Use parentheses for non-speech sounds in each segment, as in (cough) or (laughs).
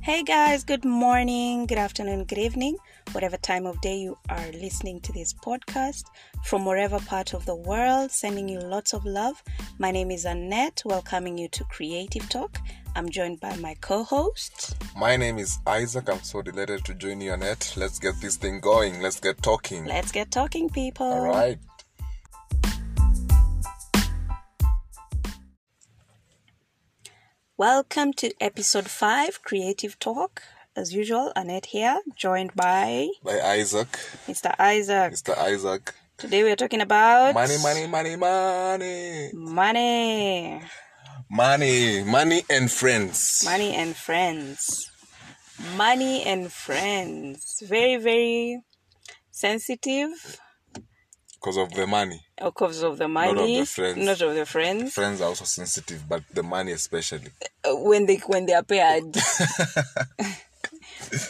Hey guys, good morning, good afternoon, good evening, whatever time of day you are listening to this podcast from wherever part of the world, sending you lots of love. My name is Annette, welcoming you to Creative Talk. I'm joined by my co host. My name is Isaac. I'm so delighted to join you, Annette. Let's get this thing going. Let's get talking. Let's get talking, people. All right. Welcome to episode 5 Creative Talk. As usual, Annette here, joined by By Isaac. Mr. Isaac. Mr. Isaac. Today we are talking about Money, money, money, money. money, Money. Money and friends. money and friends. Money and friends. Very, very sensitive Because of the money. because of the of money, the friends. not of the friends. Friends are also sensitive, but the money especially. Uh, When they when they are (laughs) paired,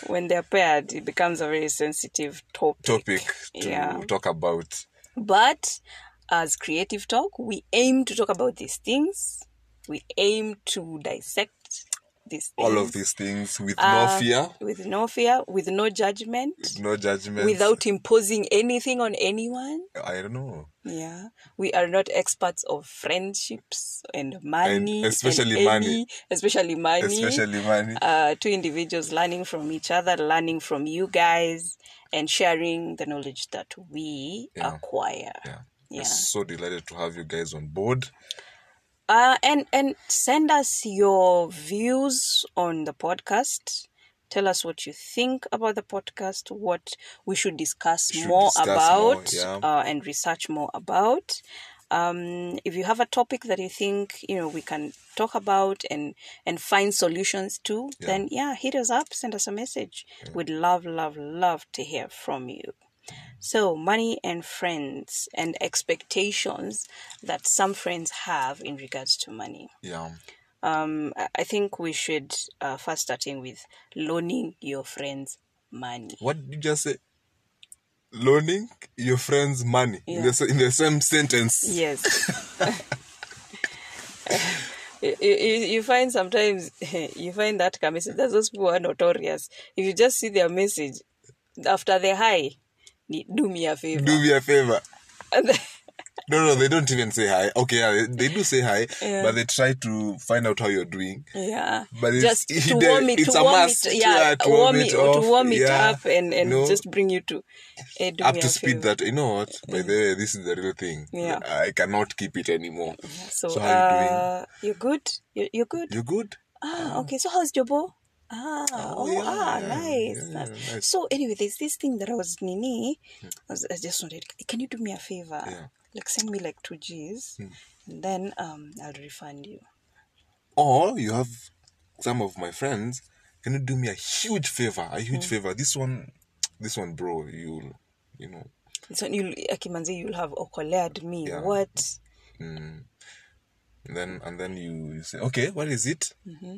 when they are paired, it becomes a very sensitive topic. Topic to Yeah. talk about. But as Creative Talk, we aim to talk about these things. We aim to dissect these things. All of these things with no Uh, fear, With no fear, with no judgment, no judgment. without imposing anything on anyone. I don't know. Yeah. We are not experts of friendships and money. and especially any- money. Especially money. Especially money. uh, two individuals learning from each other, learning from you guys, and sharing the knowledge that we Yeah. acquire. Yeah. Yeah. We're so delighted to have you guys on board. Uh, and and send us your views on the podcast. Tell us what you think about the podcast, what we should discuss Should more discuss more, about, yeah. uh, and research more about. Um, if you have a topic that you think you know we can talk about and and find solutions to, then yeah, hit us up, send us a message. We'd love, love, love to hear from you. So, money and friends and expectations that some friends have in regards to money. Yeah. Um, I- I think we should uh, first starting with loaning your friends money. What did you just say? Loaning your friends money in, the, Yeah. s- in the same sentence. (laughs) Yes. you, you, you find sometimes (laughs) you find that kind of message. That's those people who are notorious. If you just see their message after the high, "Ni- do me a favor. (laughs) Do me a favor. No, no, they don't even say hi. Okay, yeah, they do say hi, Yeah. but they try to find out how you're doing. Yeah, But it's- just (laughs) to there- warm it, it's to a warm must, it, yeah, yeah, to warm, warm it, it to off, warm it yeah, up, and and no. just bring you to, eh, do Up me to a speed favor. that, you know what, by the way, this is the real thing. Yeah. I cannot keep it anymore. So, So, how you doing? uh, you good? You you good? You good? ah, okay. So how's Jobo? Ah, oh, yeah, ah, yeah, nice, yeah, nice. nice. Hmm. So anyway, there's this thing that I was nini. I, was, I just wanted. Can you do me a favor? Yeah. Hmm. Like send me like two G's, and then um I'll refund you. or you have some of my friends can you do me a huge favor a Mm. huge favor this one this one bro you you know So you'll akimanzi you'll have okolead me. Yeah. What? and then and then you, you say okay what is it Mm-hmm.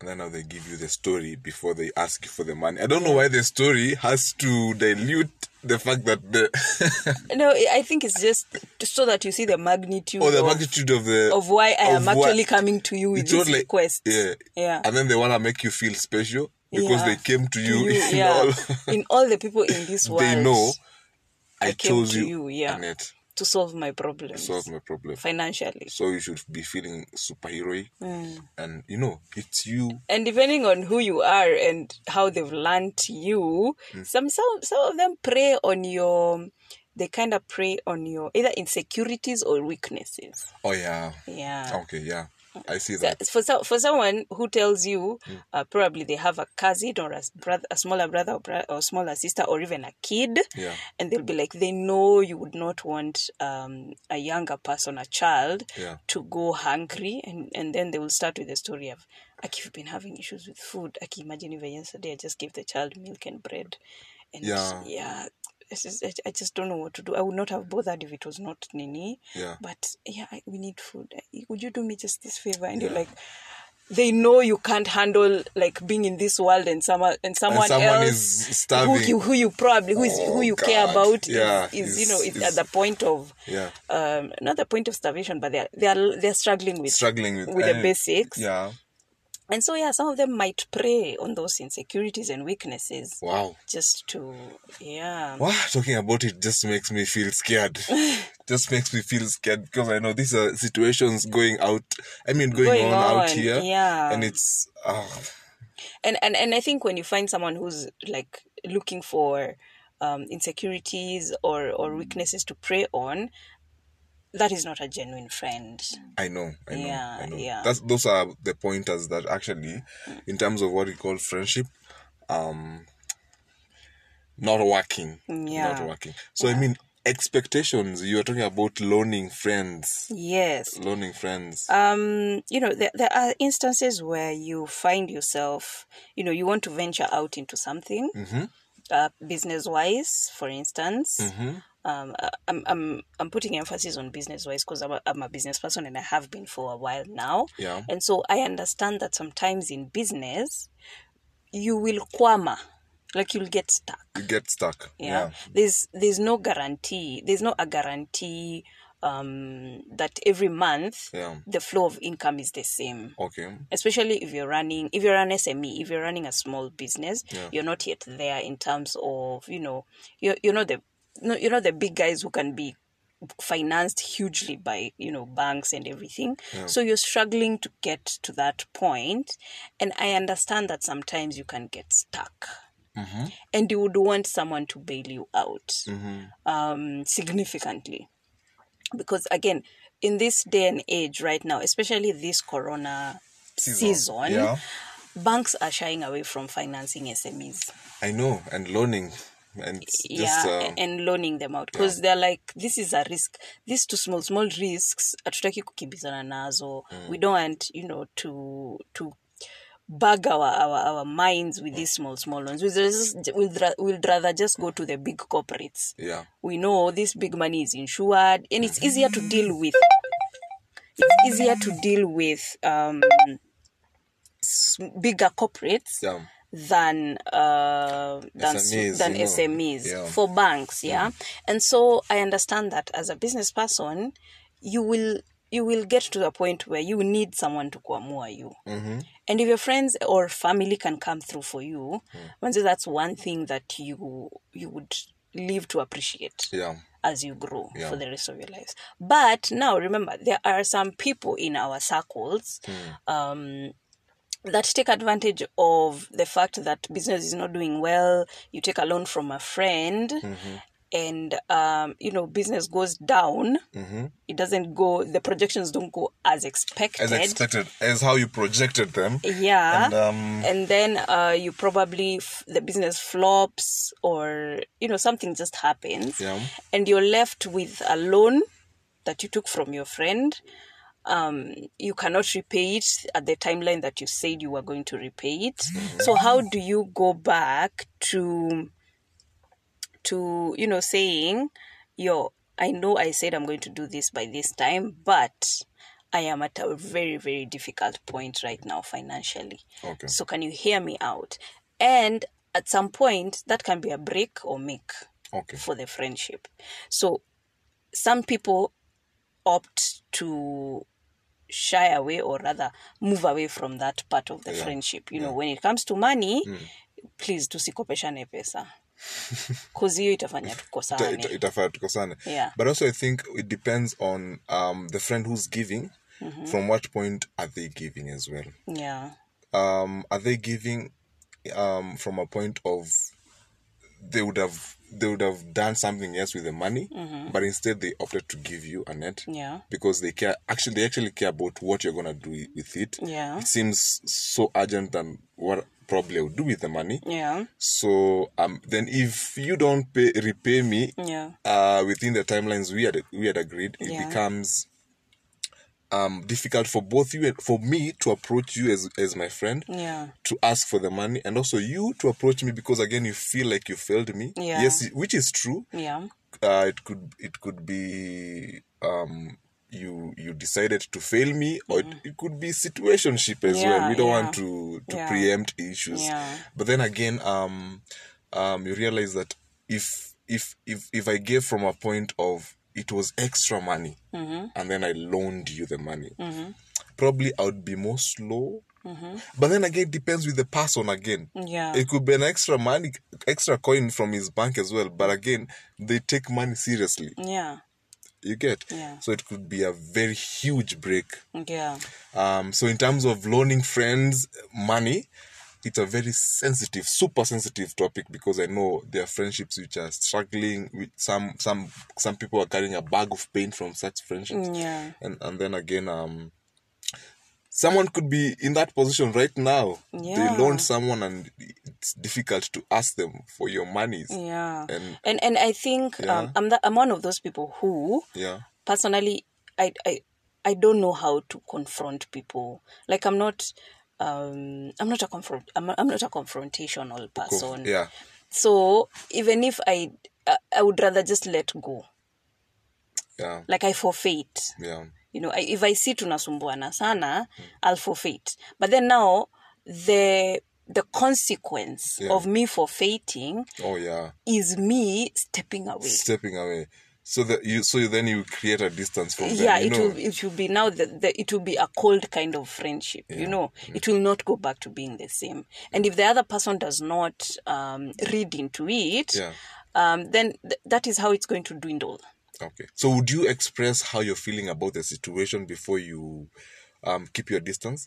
and then now they give you the story before they ask you for the money i don't know why the story has to dilute the fact that the (laughs) No, I I think it's just so that you see the magnitude, or Oh, the of, magnitude of the of why I of am what- actually coming to you with it's this not like request. yeah Yeah. and then they want to make you feel special because Yeah. they came to To (laughs) you, in yeah. (laughs) all in all the people in this world, (laughs) they know I, came chose to you, you, yeah. Annette, to solve my problems solve my problem. financially. So you should be feeling superheroic, Mm. and you know it's you. And depending on who you are and how they've learned you, Hmm. some some some of them prey on your, they kind of prey on your either insecurities or weaknesses. Oh yeah, Yeah. okay, yeah, I see So that. Hmm. for so, for someone who tells you uh, probably they have a cousin or a s- brother, a smaller brother or, bro- or smaller sister or even a kid, Yeah. and they'll be like, they know you would not want um, a younger person, a child, Yeah. to go hungry, and, and then they will start with the story of, Aki, you've been having issues with food. Aki, imagine even yesterday I just gave the child milk and bread, and Yeah. yeah, it's just- I, I just don't know what to do. I would not have bothered if it was not Nini. Yeah. But yeah, I, we need food. Would you do me just this favor? And Yeah. you're like, they know you can't handle like being in this world and someone and someone, someone else is starving. who (laughs) you who you probably who is Oh, who you care God. about Yeah, is, is is- you know is, is- at the point of Yeah. um not the point of starvation but they are they are they're struggling with Struggling with with the eh, basics Yeah, And so, yeah, some of them might prey on those insecurities and weaknesses Wow. just to, yeah. Wow, talking about it just makes me feel (laughs) scared. just makes me feel scared because I know these are situations going out. I mean, going, Going on, out on, here. yeah. And it's. ah, and and and I think when you find someone who's like looking for um, insecurities or or weaknesses to prey on, that is not a genuine friend. I know, I know, Yeah, I know. yeah. That's those are the pointers that actually, in terms of what we call friendship, um, not working, Yeah. not working. So I mean, expectations. You are talking about loaning friends, Yes. loaning friends. Um, you know, there, there are instances where you find yourself, you know, you want to venture out into something, uh, business wise, for instance. Um, I- I'm, I'm, I'm putting emphasis on business wise because I'm a, I'm a business person and I have been for a while now. Yeah. And so I understand that sometimes in business, you will kwama, like you'll get stuck You get stuck. yeah Yeah. there's there's no guarantee there's not a guarantee um that every month Yeah. the flow of income is the same Okay. especially if you're running if you're an sme if you're running a small business Yeah. you're not yet there in terms of you know you're, you're not the no, you're not the big guys who can be financed hugely by you know banks and everything so you're struggling to get to that point and i understand that sometimes you can get stuck and you would want someone to bail you out um, significantly. Because again, in this day and age right now, especially this corona season, Yeah. banks are shying away from financing SMEs. I know. And loaning, and it's just. yeah, Uh, a- and loaning them out because they're like, this is a risk. These two small small risks hatutaki kukimbizana nazo. Mm. We don't want you know to to bug our, our, our minds with these small small ones. We'll, just, we'll, ra- we'll rather just go to the big corporates yeah. we know this big money is insured and Mm-hmm. it's easier to deal with it's easier to deal with um s- bigger corporates Yeah. than uh than s- SMEs, than you know. SMEs Yeah. Mm-hmm. for banks yeah and so i understand that as a business person you will you will get to the point where you need someone to kuamua you Mm-hmm. and if your friends or family can come through for you Mm. once that's one thing that you you would live to appreciate Yeah. as you grow Yeah. for the rest of your lives. But now remember, there are some people in our circles um, that take advantage of the fact that business is not doing well. You take a loan from a friend, and um, you know business goes down. It doesn't go. The projections don't go as expected. As expected, as how you projected them. yeah. And um, and then uh, you probably f- the business flops or you know something just happens Yeah. and you're left with a loan that you took from your friend um, you cannot repay it at the timeline that you said you were going to repay it Mm-hmm. so how do you go back to to you know saying yo i know i said i'm going to do this by this time but i am at a very very difficult point right now financially Okay. so can you hear me out and at some point that can be a break or make okay. for the friendship so some people opt to shy away or rather move away from that part of the friendship you know when it comes to money Hmm. please tusikopeshane pesa (laughs) cause hiyo itafanya Ita- ita- tukosane itafaa tukosane Yeah. but also i think it depends on um, the friend who's giving Mm-hmm. from what point are they giving as well yeah um, are they giving um, from a point of they would have they would have done something else with the money but instead they opted to give you a net Mm-hmm. Yeah. because they care actually they actually care about what you're gonna do with it Yeah. it seems so urgent than what probably i would do with the money yeah so um then if you don't pay repay me yeah uh within the timelines we had we had agreed it Yeah. becomes um difficult for both you and for me to approach you as as my friend yeah to ask for the money and also you to approach me because again you feel like you failed me Yeah. yes which is true yeah uh, it could it could be um you you decided to fail me or it, it could be situationship as well Mm. Yeah, we don't yeah. want to to Yeah. preempt issues Yeah. but then again um um you realize that if if if if i gave from a point of it was extra Mm-hmm. money and then i loaned you the money probably i would be more slow Mm-hmm. But then again, it depends with the person again. Yeah. It could be an extra money, extra coin from his bank as well. But again, they take money seriously. Yeah. You get? Yeah. So it could be a very huge break. Yeah. Um, so in terms of loaning friends money, it's a very sensitive, super sensitive topic because I know there are friendships which are struggling. With some, some, some people are carrying a bag of pain from such friendships. Mm, Yeah. And and then again, um, someone could be in that position right now. Yeah. They loaned someone, and it's difficult to ask them for your monies. Yeah. And- And and I think Yeah. um, I'm the, I'm one of those people who Yeah, personally I I I don't know how to confront people. Like I'm not um I'm not a confront I'm, I'm not a confrontational Go- person. yeah, So even if I I- I would rather just let go. yeah, Like I forfeit. yeah. you know I, if i see tunasumbuana sana Hmm. i'll forfeit but then now the the consequence Yeah. of me forfeiting Oh yeah. is me stepping away stepping away so that you so you then you create a distance from them yeah you it know will it will be now the, the it will be a cold kind of friendship you know it will not go back to being the same and if the other person does not um, read into it Yeah. um, then th- that is how it's going to dwindle okay so would you express how you're feeling about the situation before you um keep your distance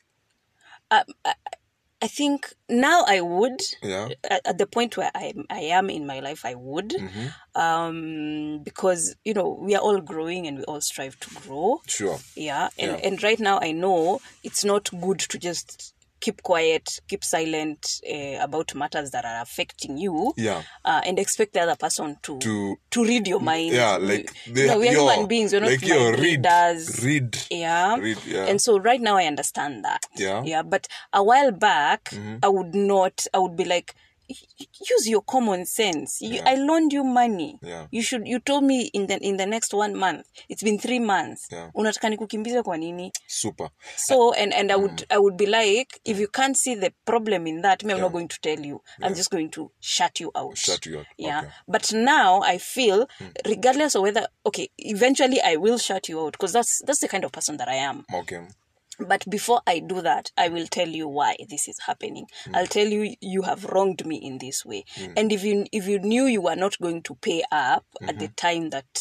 I think now I would. Yeah. At, at the point where I I am in my life, I would, Mm-hmm. um, because you know we are all growing and we all strive to grow. sure Yeah, and Yeah. and right now I know it's not good to just keep quiet, keep silent uh, about matters that are affecting you. Yeah. Uh, and expect the other person to To- read your mind. yeah like you know, we are you're- human beings. We're not like you're mind read readers. read Yeah. read yeah And so right now I understand that. Yeah. Mm-hmm. Yeah. But a while back, I would not, I would be like, "Y- y- use your common sense. You, Yeah. I loaned you money. Yeah. You should, you told me in the, in the next one month, it's been three months. Yeah. Unatakani kukimbiza kwa nini? super So, and, and I would, mm. I would be like, if you can't see the problem in that, me, I'm not going to tell you. I'm just going to shut you out. Shut you out. Yeah. Okay. Mm. But now I feel, regardless of whether, okay, eventually I will shut you out because that's, that's the kind of person that I am. okay But before I do that, I will tell you why this is happening. I'll tell you you have wronged me in this way. And if you if you knew you were not going to pay up at the time that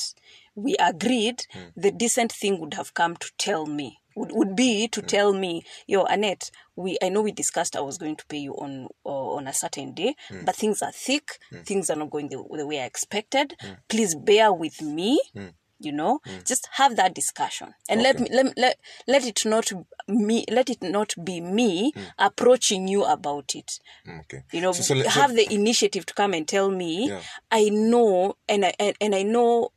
we agreed, the decent thing would have come to tell me would, would be to tell me, yo Annette, we I know we discussed I was going to pay you on uh, on a certain day, but things are thick, things are not going the, the way I expected. Please bear with me you know Mm. just have that discussion and let me let, let let it not me let it not be me approaching you about it mm, okay you know Mm. So- so let- so- have the initiative to come and tell me Yeah. i know and i and, and i know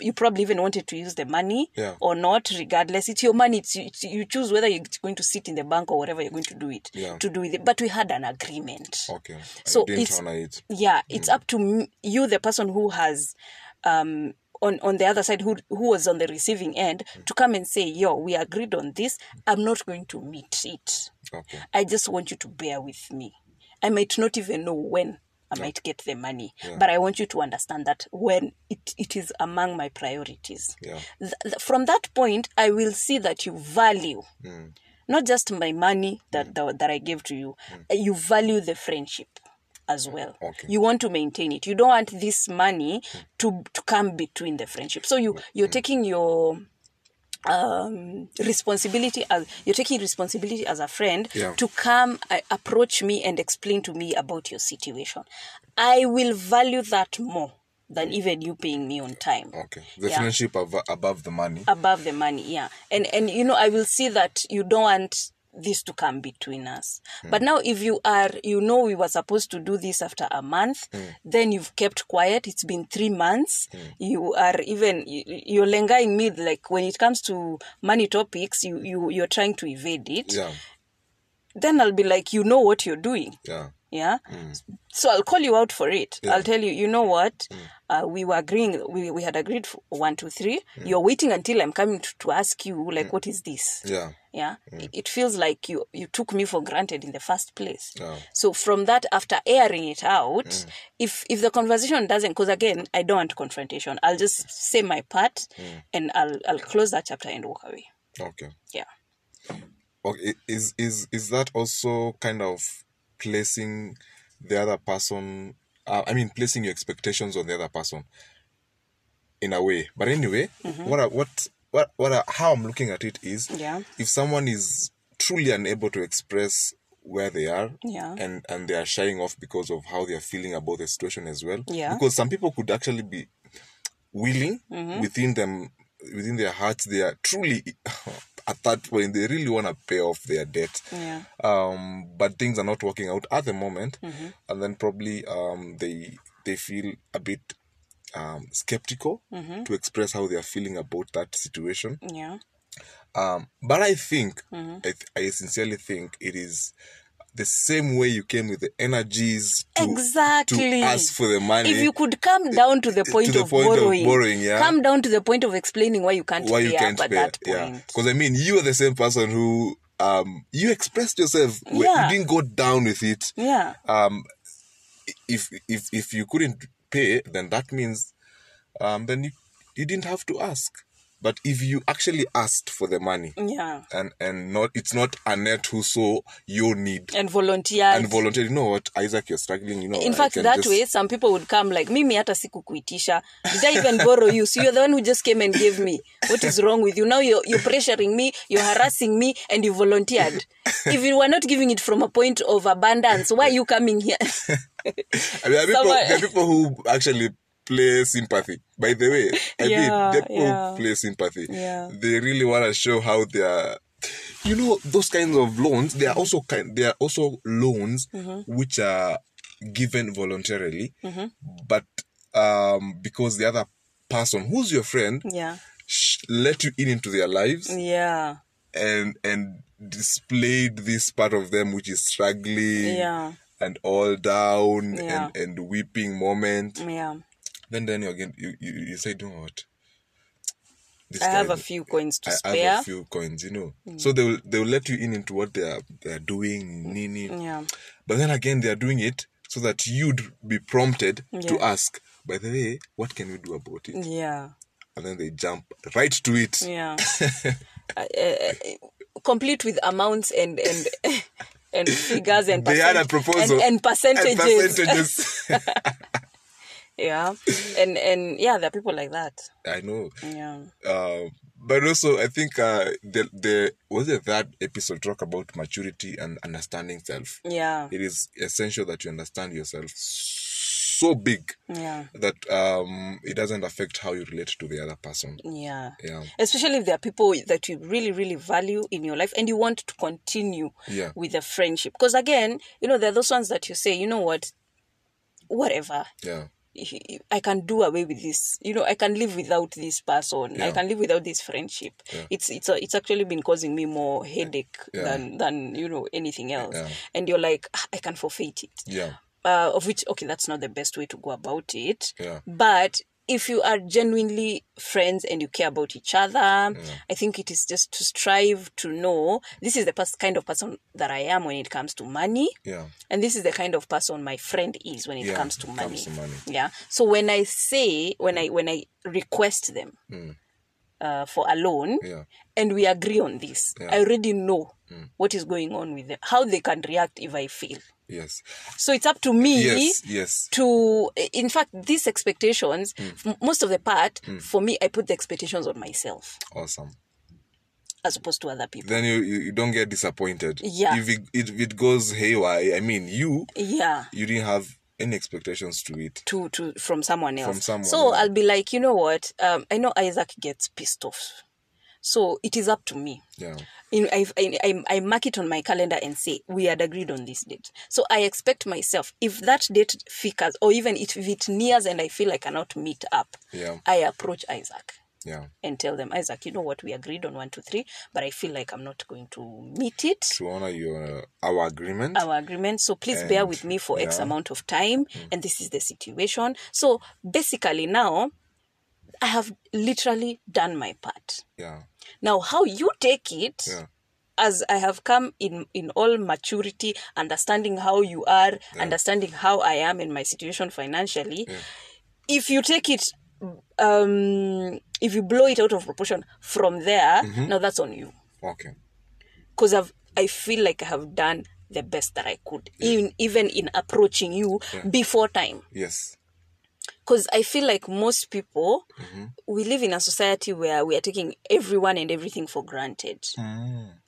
you probably even wanted to use the money Yeah. or not regardless it's your money it's, it's you choose whether you're going to sit in the bank or whatever you're going to do it Yeah. to do with it but we had an agreement okay So i didn't it's- honor it yeah it's up to m- you the person who has um on on the other side who who was on the receiving end to come and say yo we agreed on this i'm not going to meet it okay i just want you to bear with me i might not even know when i might get the money but i want you to understand that when it, it is among my priorities Yeah. Th- th- from that point i will see that you value Mm. not just my money that that, that i gave to you uh, you value the friendship as well Mm. Okay. Mm. you want to maintain it you don't want this money to to come between the friendship so you you're taking your um responsibility as you're taking responsibility as a friend Yeah. to come uh, approach me and explain to me about your situation i will value that more than even you paying me on time okay the Yeah friendship abo- above the money above the money yeah and and you know i will see that you don't want this to come between us but now if you are you know we were supposed to do this after a month then you've kept quiet it's been three months you are even you- you're lengaing me like when it comes to money topics you, you you're trying to evade it yeah then i'll be like you know what you're doing yeah yeah so i'll call you out for it i'll tell you you know what uh, we were agreeing we, we had agreed for one two three you're waiting until i'm coming to, to ask you like what is this yeah yeah It- it feels like you you took me for granted in the first place Yeah. so from that after airing it out if if the conversation doesn't because again i don't want confrontation i'll just say my part and i'll i'll close that chapter and walk away okay yeah okay, is is is that also kind of placing the other person? Uh, I mean, placing your expectations on the other person in a way. But anyway, what I, what what what I, how I'm looking at it is, Mm-hmm. Yeah. if someone is truly unable to express where they are Yeah. and and they are shying off because of how they are feeling about the situation as well Yeah. because some people could actually be willing Mm-hmm. within them within their hearts they are truly (laughs) at that point they really want to pay off their debt Yeah. um but things are not working out at the moment Mm-hmm. and then probably um they they feel a bit um skeptical Mm-hmm. to express how they are feeling about that situation Yeah. um, but I think, Mm-hmm. I, th- I sincerely think it is the same way you came with the energies to, to Exactly. ask for the money. If you could come down to the point the of point of borrowing, borrowing, yeah. come down to the point of explaining why you can't why pay you can't up at pay? that Yeah, point. because I mean, you are the same person who um you expressed yourself. where Yeah. You didn't go down with it. Yeah. Um, if if if you couldn't pay, then that means um then you you didn't have to ask. But if you actually asked for the money, Yeah. and and not it's not Annette who saw your need And volunteers. and volunteer. You know what, Isaac, you're struggling. You know, in I fact can that just- way some people would come like mimi hata sikukuitisha did i even borrow you so you're the one who just came and gave me what is wrong with you now you're, you're pressuring me you're harassing me and you volunteered if you were not giving it from a point of abundance why are you coming here (laughs) I mean, there are people, someone- there are people who actually play sympathy. By the way, I mean, Yeah, there are people yeah. who play sympathy. Yeah. They really want to show how they are. You know, those kinds of loans. They are also kind. They are also loans Mm-hmm. which are given voluntarily, but um, because the other person, who's your friend, yeah sh- let you in into their lives. yeah and and displayed this part of them which is struggling Yeah. and all down Yeah. and and weeping moment yeah then then you again you you, you say do you know what this i have a guy- few coins to I spare Mm. have a few coins you know so they will they will let you in into what they are they are doing nini yeah but then again they are doing it so that you'd be prompted to Yeah. ask by the way what can we do about it yeah and then they jump right to it (laughs) yeah uh, uh, complete with amounts and and (laughs) and figures and they had a percent- proposal and, and percentages, and percentages. (laughs) yeah and and yeah there are people like that I know. yeah Um, but also, I think uh, the the was it that episode talk about maturity and understanding self. yeah It is essential that you understand yourself so big yeah that um, it doesn't affect how you relate to the other person. yeah Yeah. especially if there are people that you really really value in your life and you want to continue Yeah. with the friendship because again you know there are those ones that you say you know what whatever Yeah. I can do away with this. You know, I can live without this person. I Yeah. can live without this friendship. Yeah. It's it's a, it's actually been causing me more headache Yeah. than than you know anything else. Yeah. And you're like, "Ah, I can forfeit it. Yeah. Uh, of which okay, that's not the best way to go about it. Yeah. But if you are genuinely friends and you care about each other, I think it is just to strive to know this is the pers- kind of person that I am when it comes to money Yeah. and this is the kind of person my friend is when it Yeah, comes to it money comes to money. yeah so when i say when i when i request them uh, for a loan Hmm. Yeah. and we agree on this Yeah. Hmm. i already know what is going on with them how they can react if i fail Yes. so it's up to me Yes. Yes. Hmm. to in fact these expectations m- most of the part for me i put the expectations on myself Awesome. as opposed to other people Then you, you, you don't get disappointed. Yeah. If it, it, if it goes haywire, I mean, you yeah you didn't have any expectations to it. to to from someone else. From someone, so yeah. I'll be like, you know what? Um, I know Isaac gets pissed off, so it is up to me. Yeah. In, I, I, I- I mark it on my calendar and say we had agreed on this date. So I expect myself if that date flickers or even if it nears and I feel I cannot meet up, Yeah. I approach Isaac Yeah. and tell them Isaac, you know what? We agreed on one, two, three, but I feel like I'm not going to meet it To honor your uh, our agreement. our agreement so please bear And, with me for x yeah. Mm. amount of time and this is the situation so basically now i have literally done my part yeah. now how you take it Yeah. as i have come in in all maturity understanding how you are understanding how i am in my situation financially if you take it Mm-hmm. um if you blow it out of proportion from there now that's on you Okay. because I've I feel like I have done the best that I could, even even in approaching you before time. Yes. Because I feel like most people, we live in a society where we are taking everyone and everything for granted.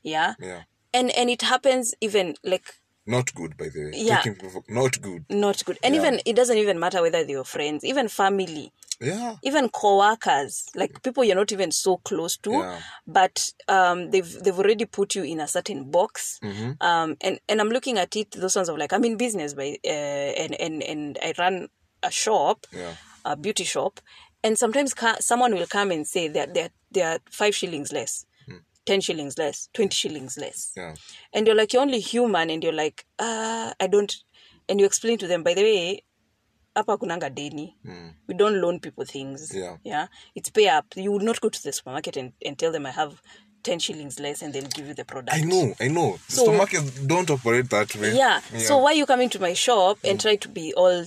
Yeah? Yeah. and and it happens even like Not good, by the way. Yeah. Taking people for- not good. not good, and even it doesn't even matter whether they're friends, even family. Yeah. even co-workers like people you're not even so close to Yeah. but um, they've they've already put you in a certain box Mm-hmm. um, and and i'm looking at it those ones of like i'm in business by uh, and and and i run a shop Yeah. a beauty shop and sometimes ca- someone will come and say that they're they're five shillings less 10 shillings less 20 shillings less Hmm. Yeah. and you're like you're only human and you're like ah i don't and you explain to them by the way hapa kunanga deni we don't loan people things Hmm. Yeah. yeah it's pay up you would not go to the supermarket and, and tell them i have 10 shillings less and they'll give you the product I know. I know. The So- supermarkets don't operate that way. yeah. so why you come into my shop Mm. and try to be all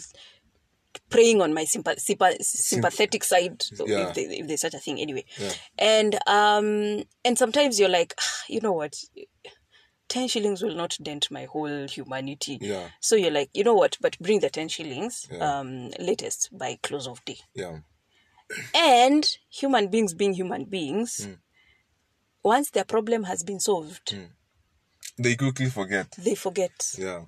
preying on my sympa- sympa- sympathetic side Yeah. if, they, if there's such a thing anyway Yeah. and um and sometimes you're like "Ah, you know what 10 shillings will not dent my whole humanity Yeah. so you're like you know what but bring the 10 shillings Yeah. um latest by close of day Yeah. and human beings being human beings Mm. once their problem has been solved They quickly forget. they forget Yeah.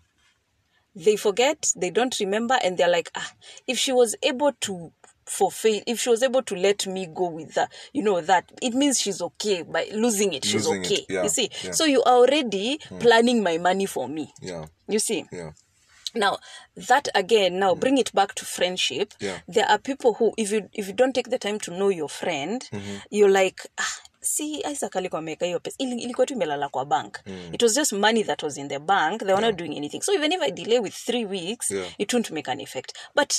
they forget they don't remember and they're like ah if she was able to forfeit if she was able to let me go with that you know that it means she's okay by losing it she's Losing it, okay yeah, you see yeah. Hmm. so you are already planning my money for me Yeah. you see Yeah. now that again now bring it back to friendship Mm-hmm. Yeah. there are people who if you if you don't take the time to know your friend Mm-hmm. you're like ah, see isaac alikuwa ameweka hiyo pesa Ili- ilikuwa tu imelala kwa bank Mm. it was just money that was in the bank they were not doing anything so even if i delay with three weeks Yeah. it won't make an effect but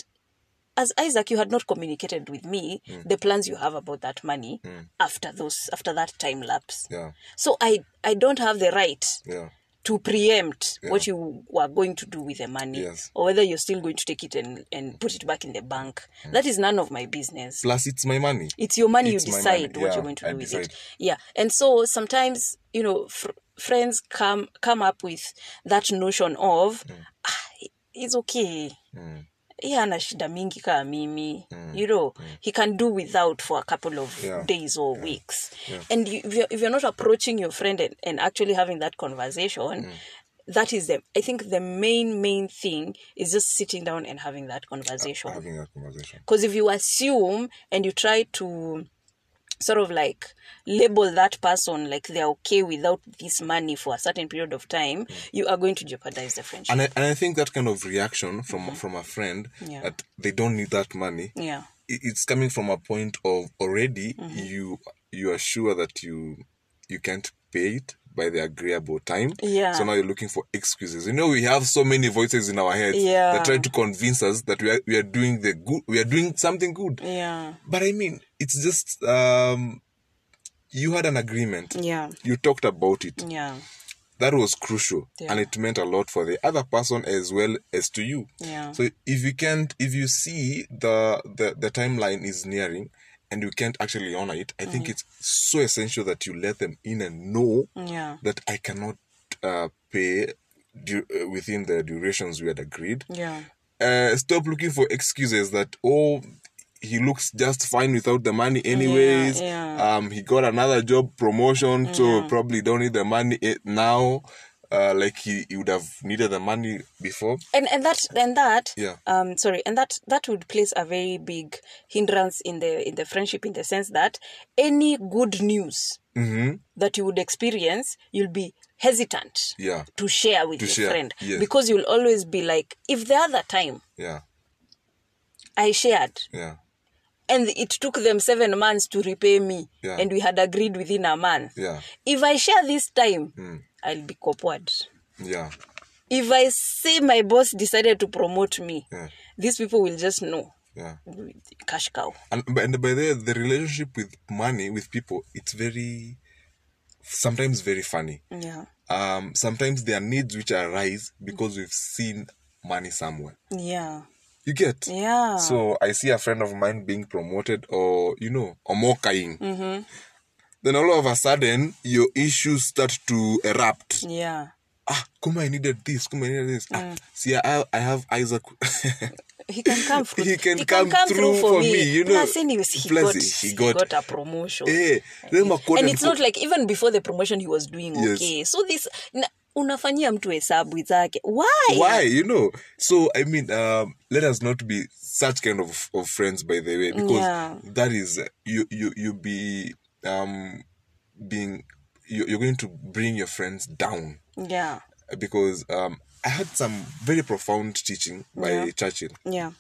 as isaac you had not communicated with me Mm. the plans you have about that money after those after that time lapse Yeah. so i i don't have the right Yeah. to preempt what you were going to do with the money Yes. or whether you're still going to take it and, and put it back in the bank. That is none of my business. Plus, it's my money. It's your money, It's you my money. decide what Yeah, you're going to I do with it. decide. Yeah. And so sometimes, you know, fr- friends come come up with that notion of Mm. ah, it's okay. Yeye ana shida mingi kama mimi you know he can do without for a couple of Mm. Yeah. days or weeks and you, if, you're, if you're not approaching your friend and, and actually having that conversation Mm. that is the i think the main main thing is just sitting down and having that conversation Having that conversation. because if you assume and you try to sort of like label that person like they're okay without this money for a certain period of time you are going to jeopardize the friendship And I, and I think that kind of reaction from from a friend Mm-hmm. Yeah. that they don't need that money yeah it- it's coming from a point of already Mm-hmm. you you are sure that you you can't pay it by the agreeable time Yeah. so now you're looking for excuses you know we have so many voices in our heads Yeah. that try to convince us that we are, we are doing the good we are doing something good yeah but i mean it's just um you had an agreement yeah you talked about it yeah that was crucial Yeah. and it meant a lot for the other person as well as to you Yeah. so if you can't if you see the the, the timeline is nearing and you can't actually honor it i think it's so essential that you let them in and know yeah that i cannot uh, pay du- uh, within the durations we had agreed yeah uh, stop looking for excuses that oh he looks just fine without the money anyways yeah. um he got another job promotion so probably don't need the money eh, now uh, like he, he would have needed the money before and and that and that Yeah. um sorry and that that would place a very big hindrance in the in the friendship in the sense that any good news Mm-hmm. that you would experience you'll be hesitant yeah to share with To your share, friend yes. because you'll always be like if the other time yeah i shared yeah and it took them seven months to repay me Yeah. and we had agreed within a month Yeah. Mm. if i share this time i'll be copward yeah if i say my boss decided to promote me Yeah. these people will just know yeah cash cow and, b- and by the the relationship with money with people it's very sometimes very funny yeah um sometimes there are needs which arise because we've seen money somewhere yeah You get? Yeah. So I see a friend of mine being promoted or, you know, or more mm-hmm. Then all of a sudden, your issues start to erupt. Yeah. Ah, Kuma, I needed this. Kuma, I needed this. Ah, Mm. see, I, I have Isaac. (laughs) Oh. He can come through. He can come through for me, you know. Plus, anyways, he, Plus, got, he he got- got a promotion. eh, then Makonde and it's mko- not like even before the promotion he was doing Yes. okay so this na, unafanyia mtu hesabu zake (laughs) why why you know so i mean um let us not be such kind of, of friends by the way because Yeah. that is uh, you you you be um being you, you're going to bring your friends down yeah because um i had some very profound teaching by Yeah. churchill yeah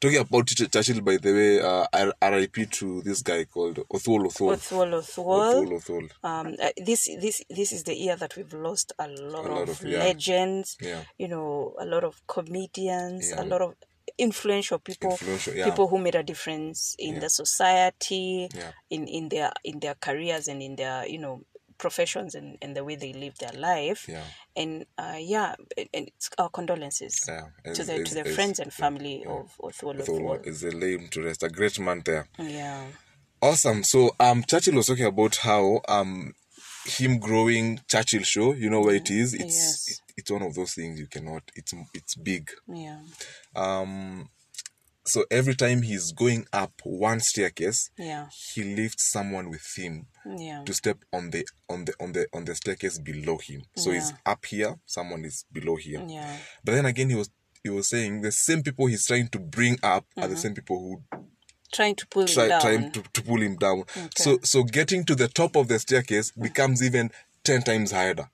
talking about Ch- churchill by the way uh R- rip to this guy called othol othol Othwal, othol Othwal. othol Um, uh, this this this is the year that we've lost a lot, of, lot of, yeah. legends. Yeah. You know, a lot of comedians, Yeah. a lot of influential people, Influential, yeah. people who made a difference in Yeah. the society, Yeah. in in their in their careers and in their you know professions and, and the way they live their life. Yeah. And uh, yeah, and, and it's our condolences Yeah, to it's- the it's- to the it's- friends and family yeah. of Othwal othol Othwal. is a lame to rest a great man there Yeah. Awesome. So um Churchill was talking about how um him growing Churchill show, you know where it is. It's Oh, Yes. it, it's one of those things you cannot it's it's big. Yeah. Um so every time he's going up one staircase, Yeah. he lifts someone with him Yeah. to step on the on the on the on the staircase below him. So he's Yeah. up here, someone is below here. Yeah. But then again he was he was saying the same people he's trying to bring up Mm-hmm. are the same people who trying to pull it try, down. trying to, to pull him down. So so getting to the top of the staircase becomes even ten times harder,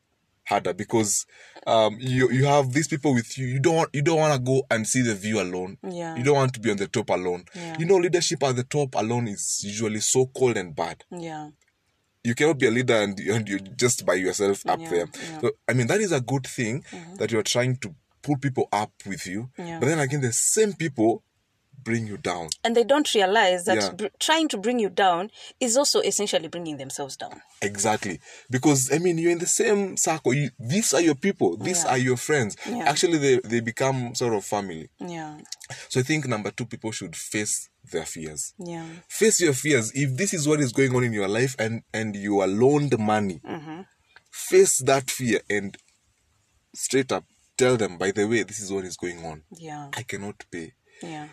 harder because um you you have these people with you. You don't want, you don't want to go and see the view alone. Yeah. You don't want to be on the top alone. Yeah. You know, leadership at the top alone is usually so cold and bad. yeah, You cannot be a leader and, you- and you just by yourself up Yeah, there. yeah. Mm-hmm. So I mean, that is a good thing that you are trying to pull people up with you. Yeah. But then again, the same people bring you down. and they don't realize that Yeah. br- trying to bring you down is also essentially bringing themselves down. Exactly. Because, I mean, you're in the same circle. You, these are your people. These Yeah. are your friends. Yeah. Actually, they, they become sort of family. Yeah, So I think number two, people should face their fears. yeah, Face your fears. If this is what is going on in your life and, and you are loaned money, Mm-hmm. face that fear and straight up tell them, by the way, this is what is going on. yeah, I cannot pay. yeah,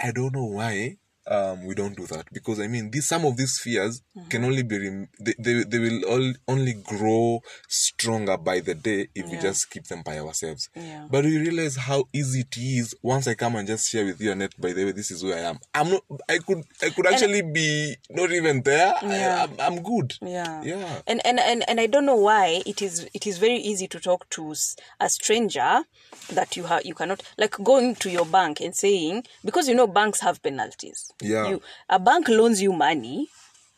I don't know why um, we don't do that because I mean these some of these fears Mm-hmm. can only be rem- they, they they will all only grow stronger by the day if we Yeah. just keep them by ourselves. Yeah. But we realize how easy it is once I come and just share with you, Annette. By the way, this is where I am. I'm not. I could. I could actually be not even there. Yeah. I, I'm, I'm good. yeah. Yeah. And, and and and I don't know why it is it is very easy to talk to s- a stranger that you have you cannot like going to your bank and saying because you know banks have penalties. Yeah. You a bank loans you money.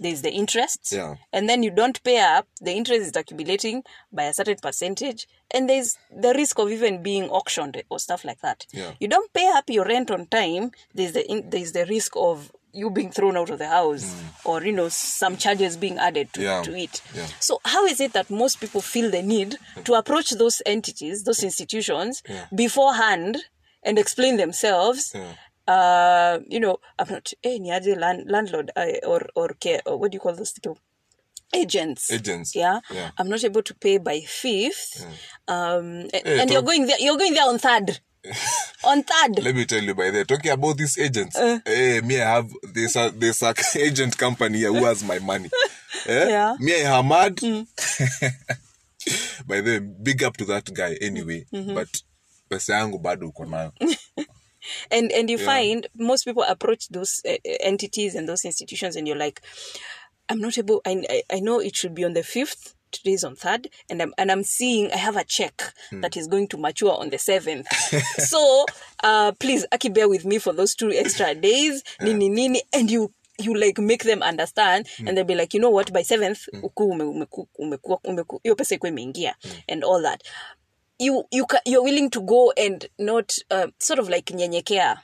There's the interest. Yeah. and then you don't pay up the interest is accumulating by a certain percentage and there's the risk of even being auctioned or stuff like that Yeah. you don't pay up your rent on time there's the in, there's the risk of you being thrown out of the house Mm. or you know some charges being added to, Yeah. to it Yeah. so how is it that most people feel the need to approach those entities those institutions Yeah. beforehand and explain themselves Yeah. uh, you know, I'm not eh, niaje land, landlord I, or or care or what do you call those people? Agents. Agents, Yeah? yeah. I'm not able to pay by fifth. Um, a- Eh, and you're talk- going there. You're going there on (laughs) third. on third. Let me tell you by the way, talking about these agents. Uh. eh, me, I have this uh, this uh, (laughs) agent company here who has my money. Eh? Yeah. Mm. Me, I Hamad. (laughs) by the way, big up to that guy anyway. Mm-hmm. But pesa yangu bado uko nayo. Mm. and and you find most people approach those uh, uh, entities and those institutions and you're like i'm not able I, I i know it should be on the fifth today's on third and i'm and i'm seeing i have a check that is going to mature on the seventh so uh please aki bear with me for those two extra days nini nini and you you like make them understand and they'll be like you know what by seventh uku ume, umeku, umeku, umeku, hiyo pesa ikuwe imeingia and all that you you ca- you're willing to go and not uh, sort of like nyenyekea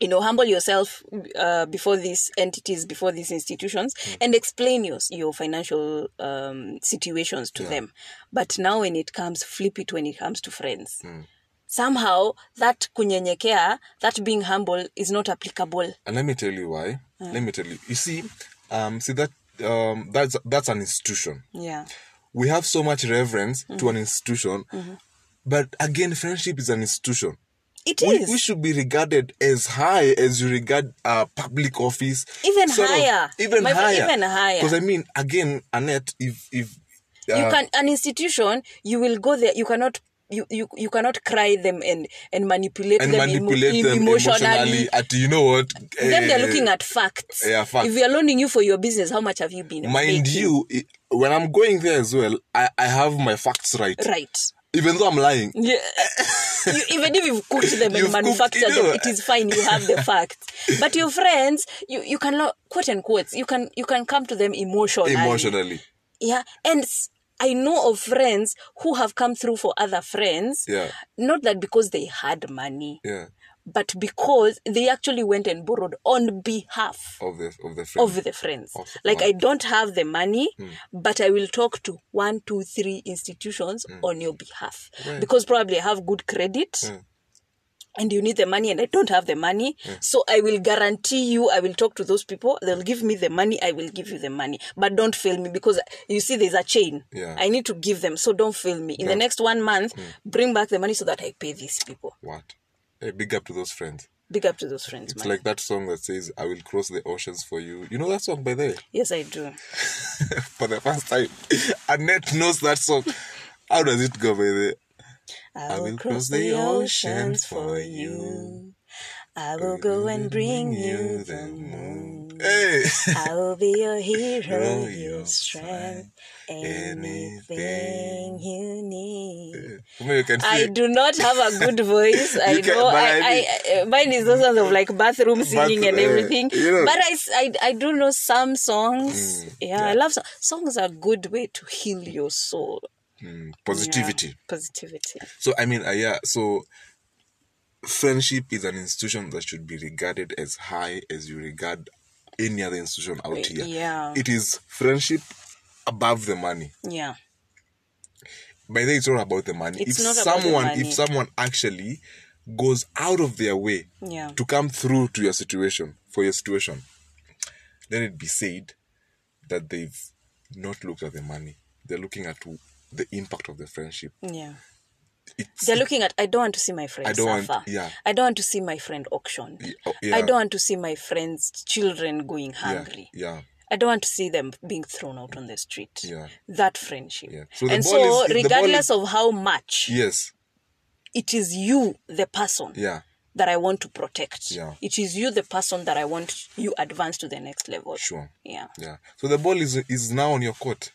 you know humble yourself uh, before these entities before these institutions and explain your your financial um, situations to them but now when it comes flip it when it comes to friends somehow that kunyenyekea that being humble is not applicable And let me tell you why. Let me tell you. You see, um, see that um, that's that's an institution. Yeah. We have so much reverence to an Mm-hmm. institution, but again, friendship is an institution. It We, is. we should be regarded as high as you regard uh, public office. Even sort of- higher. even, My friend, higher. even higher. Because I mean, again, Annette, if if uh, you can an institution you will go there you cannot you, you, you cannot cry them and, and manipulate and them emo- manipulate them emotionally. emotionally, at you know what? then they're eh, looking at facts. yeah, facts. If we are loaning you for your business, how much have you been? Mind making? you, i- when I'm going there as well, I, I have my facts right. Right. Even though I'm lying, Yeah. you, even if you've cooked them You've and manufactured cooked- you know- them, it is fine. You have the facts. But your friends, you, you cannot quote unquote. You can you can come to them emotionally. emotionally. Yeah. And s- I know of friends who have come through for other friends. Yeah. Not that because they had money, Yeah. but because they actually went and borrowed on behalf Of the of the friend. of the friends. Of Hmm. like one. I don't have the money, but I will talk to one, two, three institutions Hmm. on your behalf because probably I have good credit. And you need the money, and I don't have the money, Hmm. so I will guarantee you. I will talk to those people. They'll give me the money. I will give you the money, but don't fail me because you see, there's a chain. Yeah. Hmm. I need to give them, so don't fail me. In the next one month, bring back the money so that I pay these people. what? Hey, big up to those friends. Big up to those friends, It's man. like that song that says, I will cross the oceans for you. You know that song by the way? (laughs) yes, I do. for the first time. (laughs) Annette knows that song. How does it go by the I will cross the oceans for you. I will go and bring you the moon. Hey! (laughs) I will be your hero, Hero, your (laughs) your strength, anything anything you (laughs) need. Maybe you can I sing. do not have a good voice. I You can- know. but I I, I, I, mine is those ones of like bathroom singing and Bathroom, eh, everything. you know. Mm, But I, s- I, I do know some songs. yeah, I love songs. Songs are a good way to heal your soul. Mm, Yeah, positivity. Positivity. So I mean, uh, yeah. So friendship is an institution that should be regarded as high as you regard any other institution out here. Yeah. It is friendship above the money. Yeah. By the way, it's not about the money. It's if not about the someone, money. if someone actually goes out of their way Yeah. to come through to your situation for your situation, let it be said that they've not looked at the money. They're looking at w- the impact of the friendship. Yeah. It's They're looking at I don't want to see my friend I don't want- suffer. yeah. I don't want to see my friend auctioned. Y- oh, yeah. I don't want to see my friend's children going yeah, hungry. yeah. I don't want to see them being thrown out on the street. Yeah. That friendship. Yeah. So the and ball so is- the ball regardless is- of how much Yes. it is you the person Yeah. that I want to protect. Yeah. It is you the person that I want you advance to the next level. Sure. Yeah. Yeah. So the ball is is now on your court.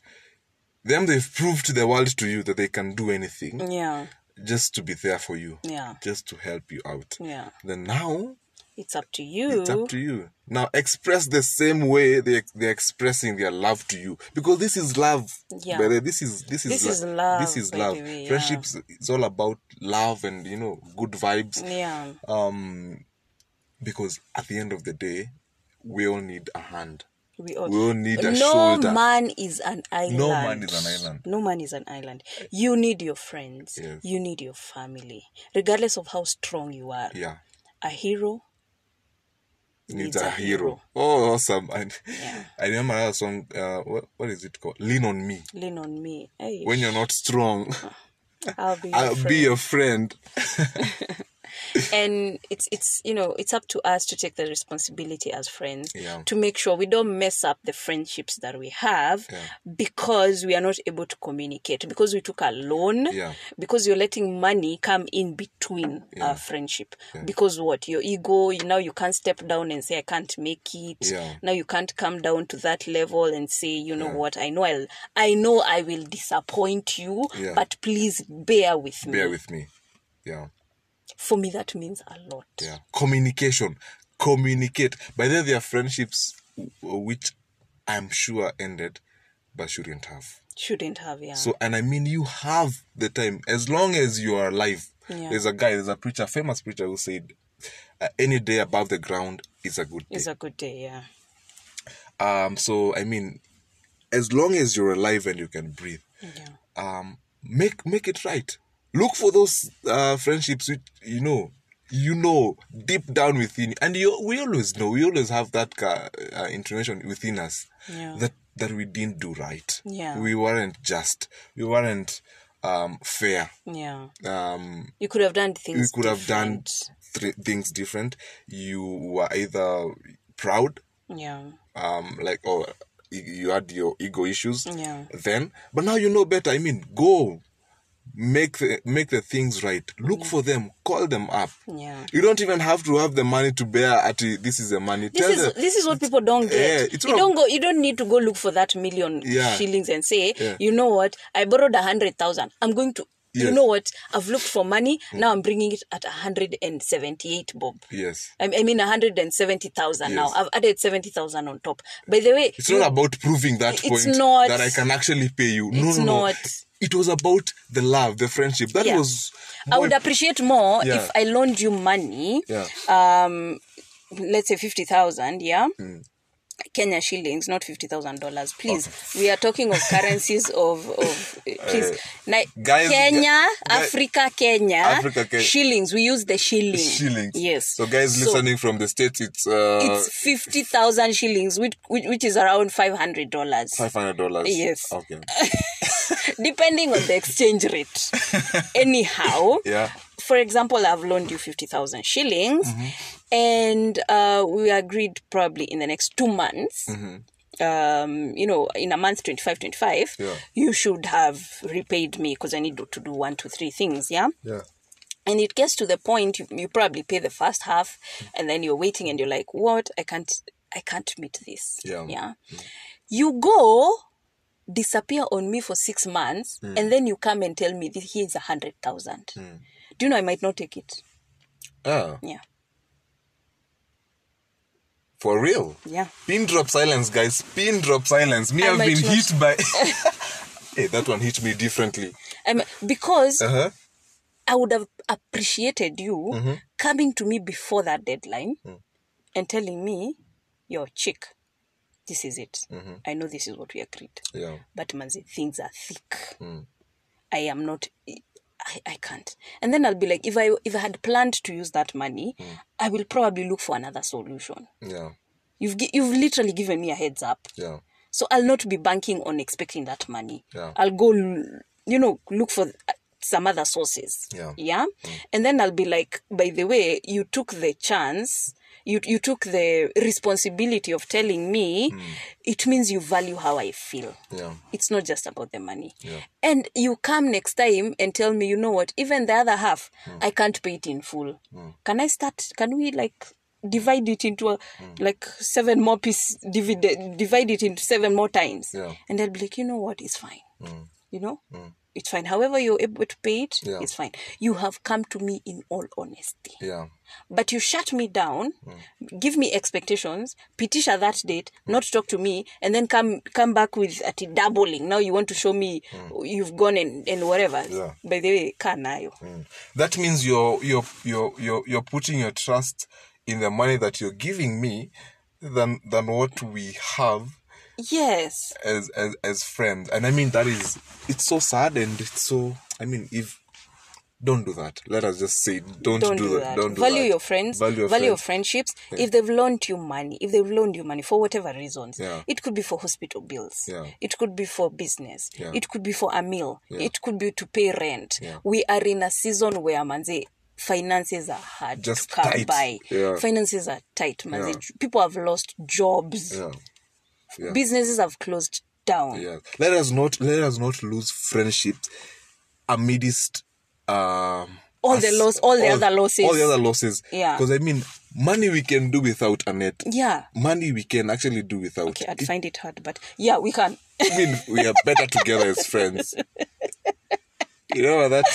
Them they've proved to the world to you that they can do anything Yeah. just to be there for you. Yeah. Just to help you out. Yeah. Then now It's up to you. it's up to you. Now express the same way they they're expressing their love to you because this is love. Yeah. By the way, this is this is This is This love, is by love. the way, yeah. Friendships it's all about love and you know good vibes. yeah. Um, because at the end of the day, we all need a hand. We all, We all need a no shoulder. man is an island. No man is an island. No man is an island. You need your friends. Yes. You need your family, regardless of how strong you are. Yeah. A hero needs a, hero. Oh, awesome! I, I remember another song. Uh, what what is it called? Lean on me. Lean on me. Hey, When you're not strong, I'll be. your I'll friend. be your friend. and it's it's you know it's up to us to take the responsibility as friends Yeah. to make sure we don't mess up the friendships that we have Yeah. because we are not able to communicate because we took a loan Yeah. because you're letting money come in between our friendship because what your ego you now you can't step down and say i can't make it Yeah. now you can't come down to that level and say you know what i know i'll i know i will disappoint you Yeah. but please bear with me Bear with me. Yeah, for me that means a lot yeah. Communication, communicate. By then, there are friendships w- which I'm sure ended, but shouldn't have. shouldn't have yeah So, and I mean, you have the time as long as you are alive. Yeah. There's a guy, there's a preacher, famous preacher who said, uh, "Any day above the ground is a good day." it's a good day yeah Um, so I mean, as long as you're alive and you can breathe, yeah um, make make it right. Look for those uh, friendships which you know, you know deep down within, and you we always know, we always have that uh, uh, intuition within us Yeah. that that we didn't do right. Yeah. We weren't just. We weren't um, fair. Yeah. Um, You could have done things. you could have done different. th- things different. You were either proud, Yeah. um, like, or y- you had your ego issues Yeah. then, but now you know better. I mean, go make the, make the things right. Look for them. Call them up. Yeah. You don't even have to have the money to bear at this is the money. This Tell is them- this is what people don't yeah, get. it's you not- don't go. You don't need to go look for that million Yeah. shillings and say, Yeah. you know what? I borrowed a hundred thousand. I'm going to. You Yes. Mm. know what? I've looked for money. Now I'm bringing it at a hundred and seventy-eight bob. yes. I I mean, 170,000 now. Yes. I've added 70,000 on top. By the way, It's you- not about proving that It's point not. that I can actually pay you. No, It's no, no. not. It was about the love, the friendship. That Yeah. was. I would more- appreciate more Yeah. if I loaned you money, Yeah. um, let's say 50,000, yeah? Hmm. Kenya shillings, not fifty thousand dollars, please. We are talking of currencies of, (laughs) of uh, please, Ni- guys, Kenya, gu- guy- Africa, Kenya, Africa, Ke- shillings. We use the shilling. shillings. Yes. So, guys listening from the states, it's uh, it's fifty thousand shillings, which, which which is around five hundred dollars. five hundred dollars. Yes. (laughs) Okay. depending on the exchange (laughs) rate. Anyhow, Yeah. Mm-hmm. for example, I've loaned you 50,000 shillings and uh, we agreed probably in the next two months. Mm-hmm. Um, you know, in a month, 25, 25, Yeah. you should have repaid me because I need to do one, two, three things. Yeah Yeah. and it gets to the point you, you probably pay the first half and then you're waiting and you're like what i can't i can't meet this Yeah. Mm. yeah you go disappear on me for six months Mm. and then you come and tell me that here's a hundred thousand do you know i might not take it Ah, yeah for real. yeah Pin drop silence, guys. Pin drop silence. Me, I I've might been not- (laughs) hit by. (laughs) hey, that one hit me differently. um, because Uh huh. I would have appreciated you Mm-hmm. coming to me before that deadline Mm. and telling me, "Your chick, this is it. Mm-hmm. I know this is what we agreed, Yeah. but manzi, things are thick. Hmm. I am not." I, I can't and then i'll be like if i if i had planned to use that money Hmm. i will probably look for another solution Yeah. you've gi- you've literally given me a heads up Yeah. so I'll not be banking on expecting that money. Yeah. I'll go, l- you know, look for uh, some other sources. Yeah. Hmm. Yeah. And then I'll be like, by the way, you took the chance. You, you took the responsibility of telling me Hmm. it means you value how I feel. Yeah. It's not just about the money. And you come next time and tell me, you know what, even the other half, I can't pay it in full. Can I start? Can we like divide it into a, like seven more piece divide, divide it into seven more times Yeah. and they'll be like you know what it's fine you know it's fine however you're able to pay it Yeah. it's fine you have come to me in all honesty Yeah. but you shut me down give me expectations petition that date not talk to me and then come come back with at it doubling now you want to show me you've gone and, and whatever Yeah. by the way kaa nayo that means you're you're you're you're you're putting your trust in the money that you're giving me than than what we have yes as as as friends and i mean that is it's so sad and it's so i mean if don't do that let us just say don't, don't do, do that. don't do value that. your friends. value your friends friendships. If they've loaned you money, if they've loaned you money for whatever reasons, Yeah. it could be for hospital bills. Yeah. It could be for business. Yeah. It could be for a meal. Yeah. It could be to pay rent. Yeah. We are in a season where manze finances are hard Just to come tight. by. Yeah. Finances are tight. Manze, Yeah. people have lost jobs. yeah Yeah. Businesses have closed down. yeah let us not let us not lose friendships amidst um All the loss- all the other losses. all the other losses Yeah. because i mean money we can do without annette Yeah. money we can actually do without. Okay, I'd find it hard, but yeah, we can. I mean, we are better together as friends. You know that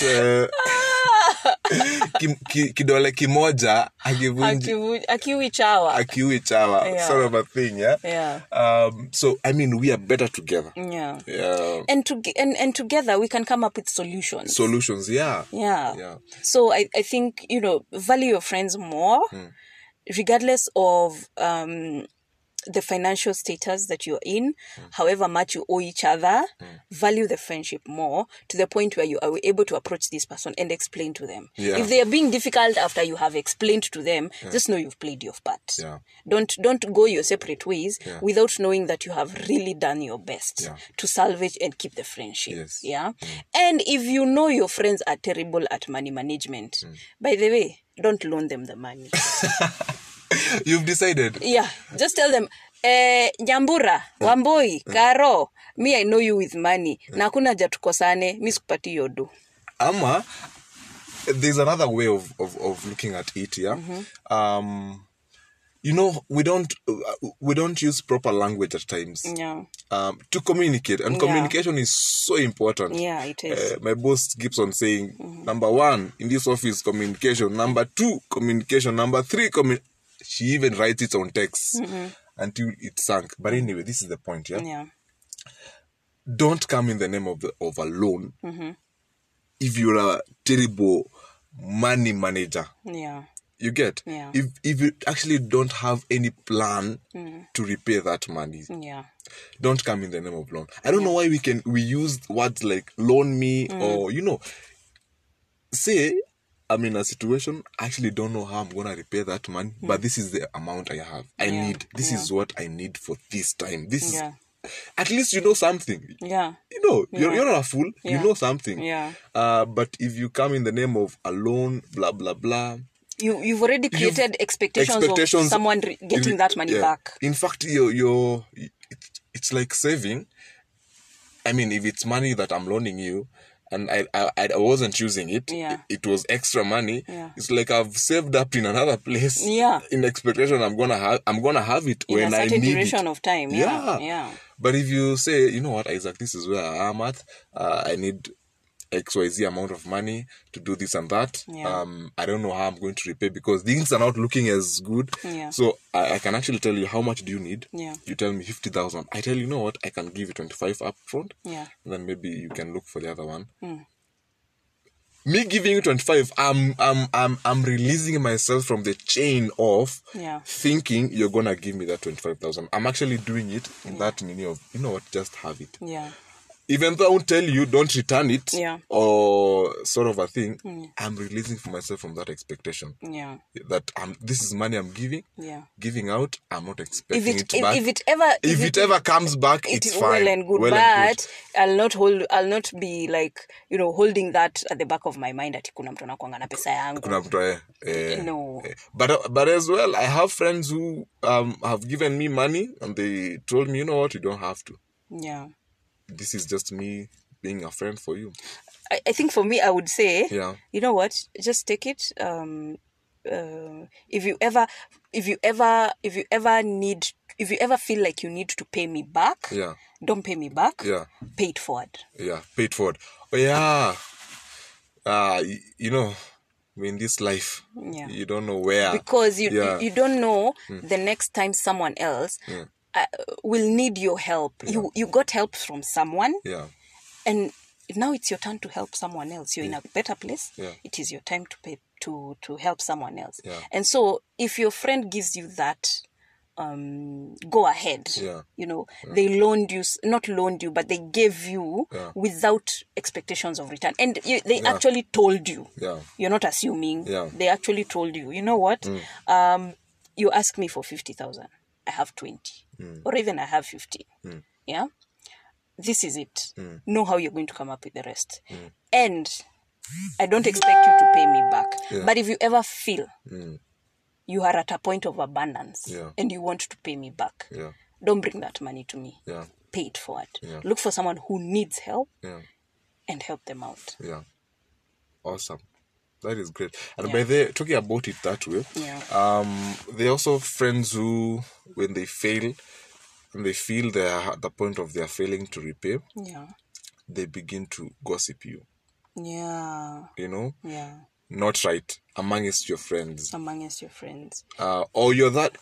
uh, (laughs) ki, ki, kidole kimoja hakivunji Akiwi akiwi chawa. hakiui chawa Yeah. sort of a thing, yeah. Yeah. Mm. Um, so I mean, we are better together. Yeah. Yeah. and to and, and together we can come up with solutions Solutions, yeah. yeah Yeah. so I, I think Hmm. you know value your friends more regardless of um the financial status that you're in, Hmm. however much you owe each other, value the friendship more to the point where you are able to approach this person and explain to them. Yeah. If they are being difficult after you have explained to them, just know you've played your part. Yeah. Don't don't go your separate ways Yeah. without knowing that you have really done your best Yeah. to salvage and keep the friendship. Yes. Mm. Yeah. And if you know your friends are terrible at money management, Mm. by the way, don't loan them the (laughs) money. You've decided. Yeah, just tell them eh, Nyambura, Mm. Wamboi, Karo, me I know you with money. Na hakuna haja tukosane, mi sikupati hiyo do. Ama, there's another way of, of, of looking at it, yeah? Mm-hmm. Um, you know, we don't we don't use proper language at times Yeah. um, to communicate, and Mm. Yeah. communication is so important. Yeah, it is. Mm-hmm. Uh, my boss keeps on saying, number one in this office, communication. Number two, communication. Number three, commun. She even writes it on text Mm-hmm. until it sank. But anyway, this is the point. Yeah, Yeah. don't come in the name of the of a loan. Mm-hmm. If you're a terrible money manager, Yeah. you get. Yeah. If if you actually don't have any plan Mm-hmm. to repay that money, Yeah. don't come in the name of loan. I don't know why we can we use words like loan me Mm. or you know say I'm in a situation I actually don't know how I'm gonna repay that money, but this is the amount I have. I Mm. Yeah, need this is what I need for this time. This Yeah. is at least you know something. Yeah. You know, you're, Yeah. you're not a fool. Yeah. You know something. Yeah. Uh, but if you come in the name of a loan, blah blah blah, You you've already created expectations, of someone re- getting in- that money yeah. back. In fact, you're, you're it- it's like saving. I mean, if it's money that I'm loaning you, and I I, I wasn't using it, Yeah. it, it was extra money. Yeah. It's like I've saved up in another place. Yeah. (laughs) In expectation, I'm gonna have I'm gonna have it In when a I certain need duration it. of time. Yeah. Yeah. Yeah. But if you say, you know what, Isaac, this is where I am at. Uh, I need XYZ amount of money to do this and that. Yeah. Um, I don't know how I'm going to repay because things are not looking as good. Yeah. So I, I can actually tell you how much do you need. Yeah. You tell me 50,000. I tell you, you know what, I can give you 25 up front. Yeah. Then maybe you can look for the other one. Me giving you 25, I'm, I'm, I'm, I'm releasing myself from the chain of Yeah. thinking you're going to give me that 25,000. I'm actually doing it in that meaning of, you know what, just have it Yeah. even though I won't tell you don't return it Yeah. Mm. or sort of a thing, I'm releasing for myself from that expectation Yeah. that I'm this is money I'm giving, Yeah. giving out. I'm not If expecting it it, if, back. if it ever if it ever comes back, it it's is fine. well and good, Well but and good. I'll not hold, I'll not be like you know holding that at the back of my mind that kuna mtu anakuanga na pesa yangu. Kuna mtu, eh, eh, No. eh. But but as well, I have friends who um have given me money and they told me, you know what, you don't have to. Yeah, This is just me being a friend for you. I, I think for me, I would say, Yeah. you know what, just take it. Um, uh, if you ever, if you ever, if you ever need, if you ever feel like you need to pay me back, Yeah. don't pay me back. Yeah. pay it forward. Yeah, pay it forward. Oh yeah. Uh y- you know, in this life, Yeah. you don't know where because you yeah, Hmm. you, you don't know the next time someone else uh, will need your help. You you got help from someone, yeah, and now it's your turn to help someone else. You're in a better place. Yeah. It is your time to pay to to help someone else. Yeah. And so, if your friend gives you that um go ahead Yeah. you know they loaned you s- not loaned you but they gave you Yeah. without expectations of return and you, they actually told you Yeah. you're not assuming Yeah. Mm. they actually told you you know what um you ask me for 50000 i have 20 Mm. or even i have 15 yeah this is it Mm. know how you're going to come up with the rest and i don't expect you to pay me back but if you ever feel you are at a point of abundance Mm. Yeah. and you want to pay me back yeah, don't bring that money to me yeah, pay it forward Yeah. look for someone who needs help yeah, and help them out yeah. Awesome. That is great. And Yeah. by the talking about it that way, yeah um, they also friends who when they fail when they feel they are at the point of their failing to repay, yeah they begin to gossip you. yeah You know? yeah Not right amongst your friends. amongst your friends uh, or you're that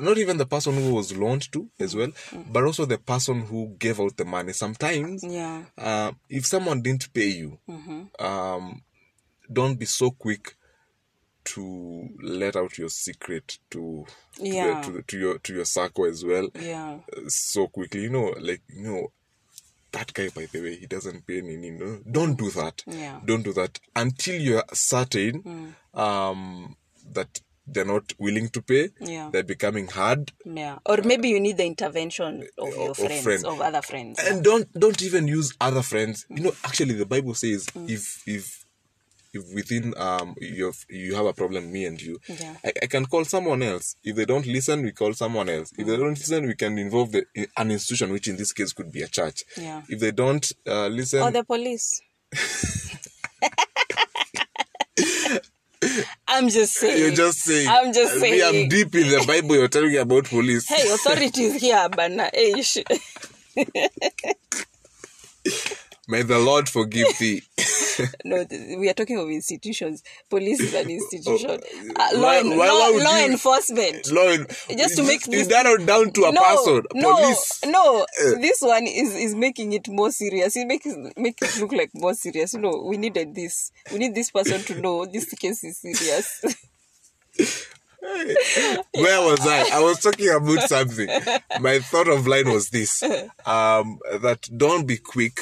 not even the person who was loaned to as well but also the person who gave out the money sometimes yeah uh, if someone didn't pay you um, don't be so quick to let out your secret to Yeah. to, the, to your to your circle as well Yeah. uh, so quickly you know like you know that guy by the way he doesn't pay any you know? don't do that Yeah. Mm. don't do that until you're certain um that they're not willing to pay Yeah. they're becoming hard Yeah. Or maybe you need the intervention of your of friends, friend. of other friends. and don't don't even use other friends you know actually the bible says if if if within um you have, you have a problem me and you Yeah. I, I can call someone else if they don't listen we call someone else if they don't listen we can involve the, an institution which in this case could be a church Yeah. Oh, if they don't uh, listen or the (laughs) police. I'm just saying. you're just saying I'm just uh, saying. me, i'm deep in (laughs) the bible you're telling me about police hey, authorities here, bana. Hey, you should- may the lord forgive thee (laughs) no, th- we are talking of institutions. Police is an institution. Oh, Uh, law, why- en- why- why law, would law you- enforcement. lord Just to make this- you narrow down to a person no, police Eh. no. This one is is making it more serious. It makes make it look like more serious. You know, we needed this. We need this person to know this case is serious. Where was I? I was talking about something. My thought of line was this: um, that don't be quick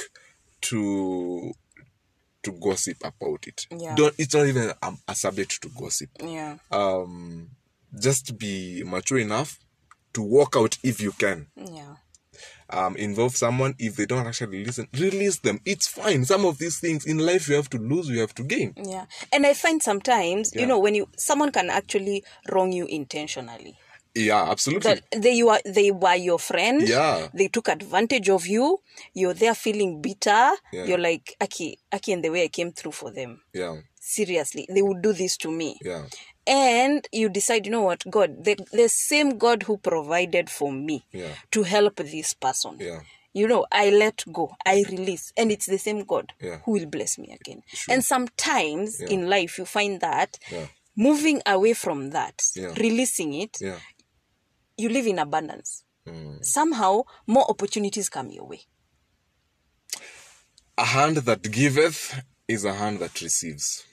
to to gossip about it. Yeah. Don't. It's not even a, a subject to gossip. (laughs) yeah, Um, just be mature enough to walk out if you can. yeah, Um, involve someone if they don't actually listen. Release them. It's fine. Some of these things in life you have to lose, you have to gain. yeah. And I find sometimes you Yeah. know when you someone can actually wrong you intentionally. Yeah, absolutely. that they were they were your friend Yeah. they took advantage of you you're there feeling bitter Yeah. you're like aki aki and the way i came through for them yeah, seriously they would do this to me yeah, and you decide you know what god the, the same god who provided for me Yeah. to help this person Yeah. you know i let go i release and it's the same god Yeah. who will bless me again and sometimes Yeah. in life you find that Yeah. moving away from that Yeah. releasing it yeah. Mm. you live in abundance somehow more opportunities come your way a hand that giveth is a hand that receives.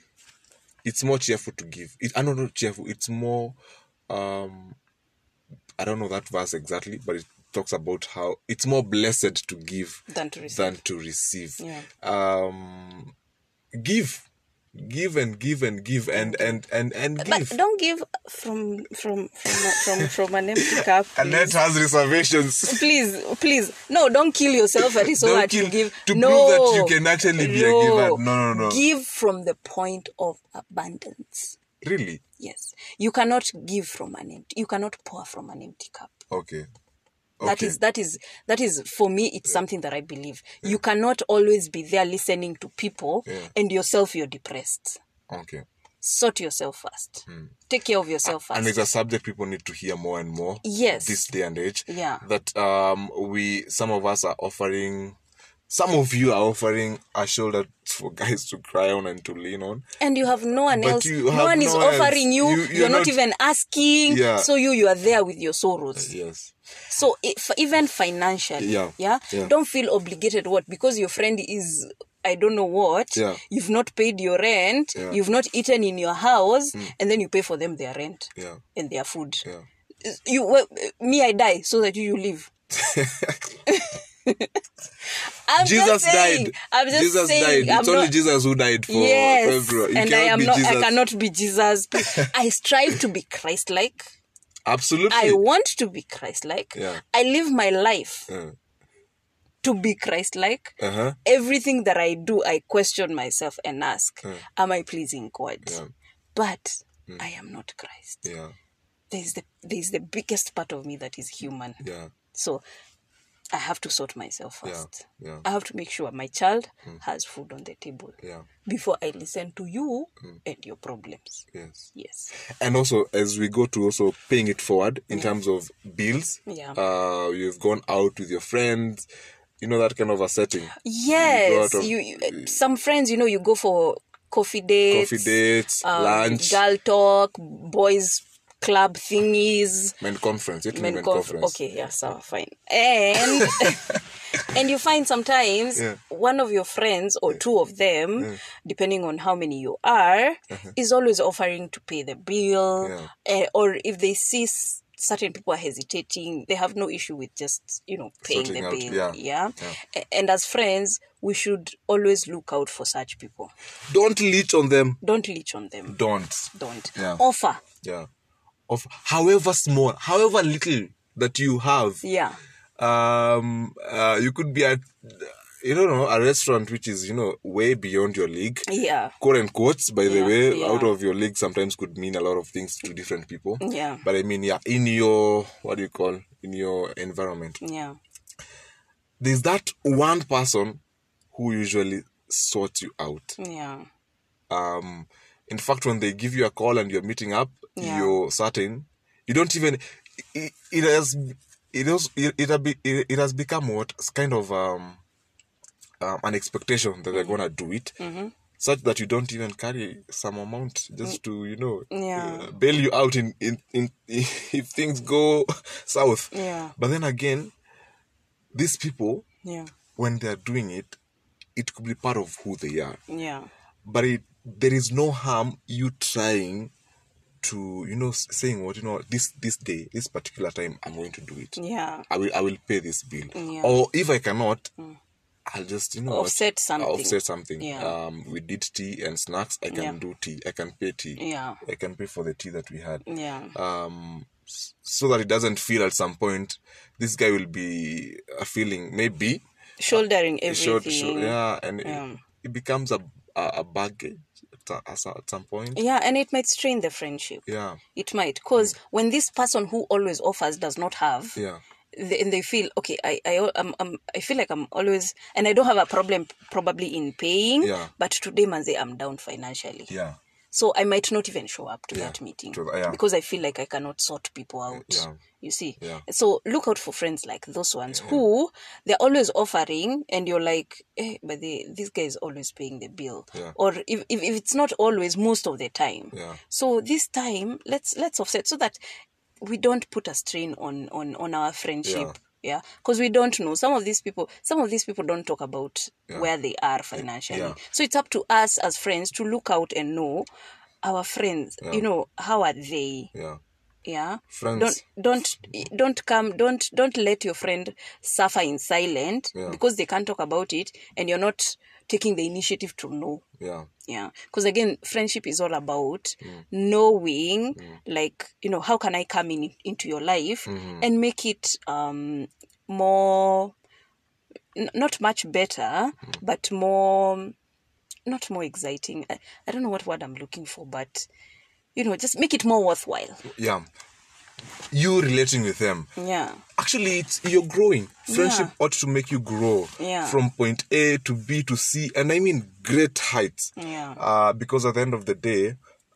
It's more cheerful to give. It, I don't know cheerful. It's more. Um, I don't know that verse exactly, but it talks about how it's more blessed to give Than to receive. Than to receive. Yeah. Um, give, give and give and give and and and and but give. don't give from from from a- from, from an empty cup (laughs) And please. let has reservations. please please no don't kill yourself at least so Don't that you kill- give to no prove that you can actually be a giver. No, no, no. give from the point of abundance really? yes you cannot give from an empty you cannot pour from an empty cup Okay. that Okay. is that is that is for me it's something that i believe you cannot always be there listening to people Yeah. and yourself you're depressed Okay. sort yourself first. Hmm. Take care of yourself and first. it's a subject people need to hear more and more Yes. this day and age Yeah. that um we some of us are offering some of you are offering a shoulder for guys to cry on and to lean on And you have no one But else. you No have one is no one else. offering you. You- You, you're are not, not- even asking. Yeah. So you you are there with your sorrows. yes So if, even financially, Yeah. yeah, Yeah. don't feel obligated. What because your friend is I don't know what. Yeah. You've not paid your rent. Yeah. Mm. You've not eaten in your house, and then you pay for them their rent yeah and their food. yeah you well, me I die so that you, you live. (laughs) (laughs) I'm jesus just saying, died I'm just jesus saying, died I'm it's only not- jesus who died for yes, everyone You and I cannot am be not. I Jesus. cannot be Jesus. (laughs) I strive to be Christ-like. absolutely I want to be Christ-like. Yeah. I live my life Yeah. to be Christ-like. uh-huh Everything that I do, I question myself and ask, "Am I pleasing God?" Yeah. But I am not Christ. yeah There's the there's the biggest part of me that is human. yeah So I have to sort myself first. yeah. Mm. I have to make sure my child has food on the table yeah Mm. before I listen to you and your problems. yes Yes. and also as we go to also paying it forward in terms of bills Yeah. uh you've gone out with your friends you know that kind of a setting Yes. You got a- You, you uh, some friends, you know, you go for coffee dates, coffee dates um, lunch girl talk, boys club thingies. Men conference. It Men men conf- conference. Okay, yeah, so fine. And (laughs) and you find sometimes Yeah. one of your friends or two of them, depending on how many you are, Uh-huh. is always offering to pay the bill, eh, or if they see s- certain people are hesitating, they have no issue with just you know paying Sorting the out, bill. yeah, A- and as friends, we should always look out for such people. Don't leech on them. Don't leech on them. Don't. Don't Yeah. offer. Yeah. Of however small, however little that you have. Yeah. um uh, you could be at you don't know a restaurant which is you know way beyond your league Yeah. quote unquote by the Yeah, way yeah. out of your league sometimes could mean a lot of things to different people Yeah. but i mean yeah in your what do you call in your environment Yeah. there's that one person who usually sort you out Yeah. um in fact when they give you a call and you're meeting up Yeah. you're certain you don't even it, it has it has it, it, have be- it, it has become what it's kind of um, um an expectation that Mm-hmm. they're gonna do it such that you don't even carry some amount just to you know Mm. Yeah. uh, bail you out in, in in (laughs) if things go (laughs) south Yeah. but then again these people Yeah. when they're doing it it could be part of who they are Yeah. but it, there is no harm you trying to you know s- saying what you know this this day this particular time i'm going to do it Yeah. i will i will pay this bill Yeah. Mm. or if i cannot i'll just you know what, Offset something. I'll offset something Yeah. um we did tea and snacks i can Yeah. do tea i can pay tea Yeah. i can pay for the tea that we had Yeah. um s- so that it doesn't feel at some point this guy will be a feeling maybe Shouldering it showed- everything. showed- yeah, and it- Yeah. It, becomes a, a a baggage at, a- at some- at some point. Yeah, and it might strain the friendship. Yeah, It might, because when this person who always offers does not have, yeah, they, and they feel okay, I I al- I'm, I'm, I feel like I'm always, and I don't have a problem probably in paying, Yeah. but today, man, say I'm down financially, yeah, so I might not even show up to Yeah, that meeting to the- yeah. because I feel like I cannot sort people out. yeah. You see, Yeah. Mm-hmm. so look out for friends like those ones who they're always offering, and you're like, eh, but they, this guy is always paying the bill, Yeah. or if, if if it's not always, most of the time. Yeah. So this time, let's let's offset so that we don't put a strain on on on our friendship. Yeah. Yeah, because we don't know some of these people. Some of these people don't talk about where they Eh, are financially. Yeah. So it's up to us as friends to look out and know our friends. You know how are they? yeah. Yeah. Friends. Don't don't don't come. Don't don't let your friend suffer in silent Yeah. because they can't talk about it and you're not taking the initiative to know yeah, yeah because again friendship is all about Mm. knowing like you know how can i come in into your life Mm-hmm. and make it um more n- not much better Mm. but more not more exciting I, I don't know what word i'm looking for but you know just make it more worthwhile yeah. You relating with them. yeah Actually, it's, you're growing. Friendship Yeah. ought to make you grow Yeah. from point A to B to C, and I mean great heights. Yeah. Uh, because at the end of the day,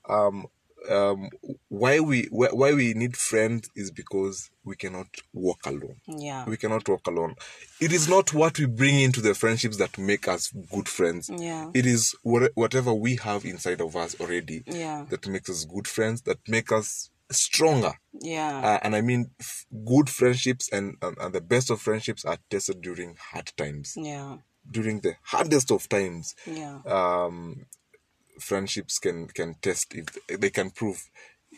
um, um, why we why, why we need friends is because we cannot walk alone. yeah we cannot walk alone it is not what we bring into the friendships that make us good friends Yeah. it is what, whatever we have inside of us already Yeah. that makes us good friends that make us stronger yeah uh, and i mean f- good friendships and, and and the best of friendships are tested during hard times yeah during the hardest of times yeah um friendships can can test if they can prove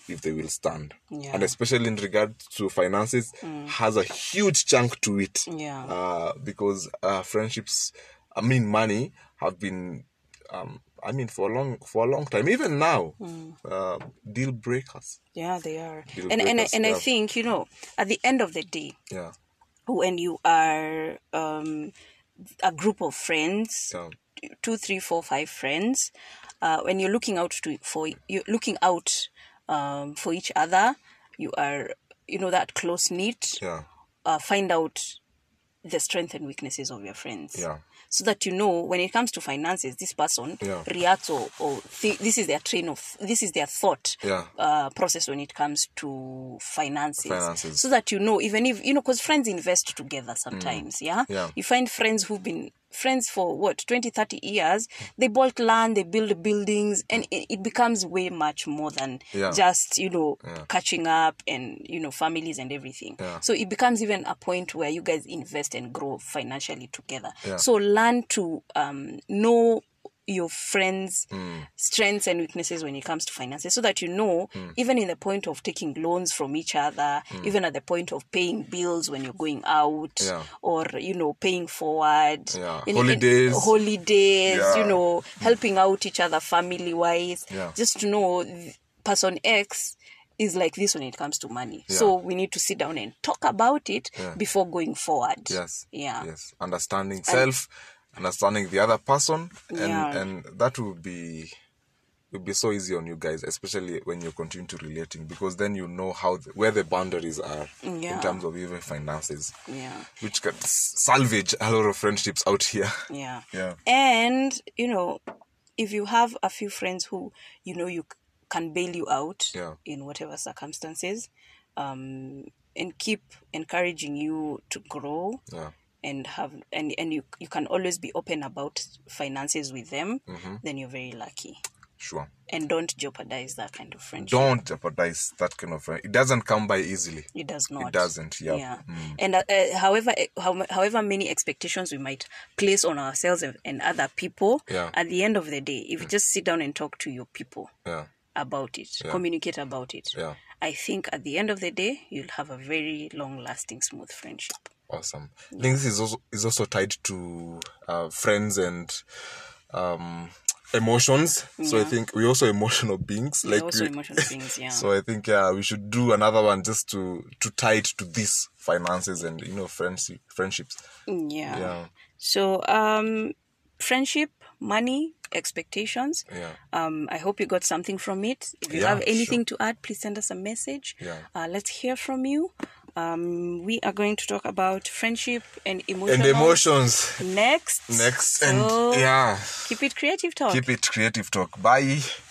if they will stand Yeah. Mm. and especially in regard to finances has a huge chunk to it Yeah. uh, because uh, friendships i mean money have been um, i mean for a long for a long time even now Mm. uh, deal breakers yeah they are Deal and and, I- breakers, and i yeah. think you know at the end of the day yeah when you are um, a group of friends, yeah two, three, four, five friends, uh, when you're looking out to for you're looking out um, for each other, you are you know that close knit. yeah Uh, find out the strengths and weaknesses of your friends. Yeah. So that you know when it comes to finances, this person Yeah. reacts or, or th- this is their train of this is their thought Yeah. uh, process when it comes to finances. Finances. So that you know, even if you know, because friends invest together sometimes. Yeah. Mm. Yeah. You find friends who've been friends for what 20 30 years they bulk land they build buildings Mm. and it, it becomes way much more than Yeah. just you know Yeah. catching up and you know families and everything Yeah. so it becomes even a point where you guys invest and grow financially together Yeah. so learn to um, know your friends Mm. strengths and weaknesses when it comes to finances so that you know Mm. even in the point of taking loans from each other even at the point of paying bills when you're going out Yeah. or you know paying forward Yeah. in- in- Holidays. holidays you Yeah. know helping out each other family wise Yeah. just to know th- person x is like this when it comes to money so we need to sit down and talk about it Yeah. before going forward Yes. yeah Yes. Understanding self, understanding the other person, and Yeah. and that will be will be so easy on you guys, especially when you continue to relating, because then you know how the, where the boundaries are in Yeah. terms of even finances, yeah which can s- salvage a lot of friendships out here. (laughs) Yeah. Yeah. And, you know, if you have a few friends who, you know, you c- can bail you out Yeah. in whatever circumstances, um, and keep encouraging you to grow Yeah. and have and and you you can always be open about finances with them Mm-hmm. then you're very lucky Sure. and don't jeopardize that kind of friendship Don't jeopardize that kind of friend. It doesn't come by easily. it does not doesn't, Mm. yeah. yeah and uh, uh, however eh, how, however many expectations we might place on ourselves and, and other people Yeah. Mm. at the end of the day if you just sit down and talk to your people Yeah. about it communicate about it Yeah. i think at the end of the day you'll have a very long lasting smooth friendship Awesome. I think this is also is also tied to uh, friends and um, emotions. So I think we're also (laughs) emotional beings. We're like also we- emotional (laughs) beings yeah So I think yeah, we should do another one just to to tie it to these finances and you know friendship friendships. Mm, yeah Yeah, so um friendship money expectations yeah. Um, I hope you got something from it. If you Yeah, have anything to add, please send us a message. Yeah. Uh, let's hear from you. Um, we are going to talk about friendship and emotion And emotions next. next, So, and yeah, keep it creative talk. keep it creative talk. Bye.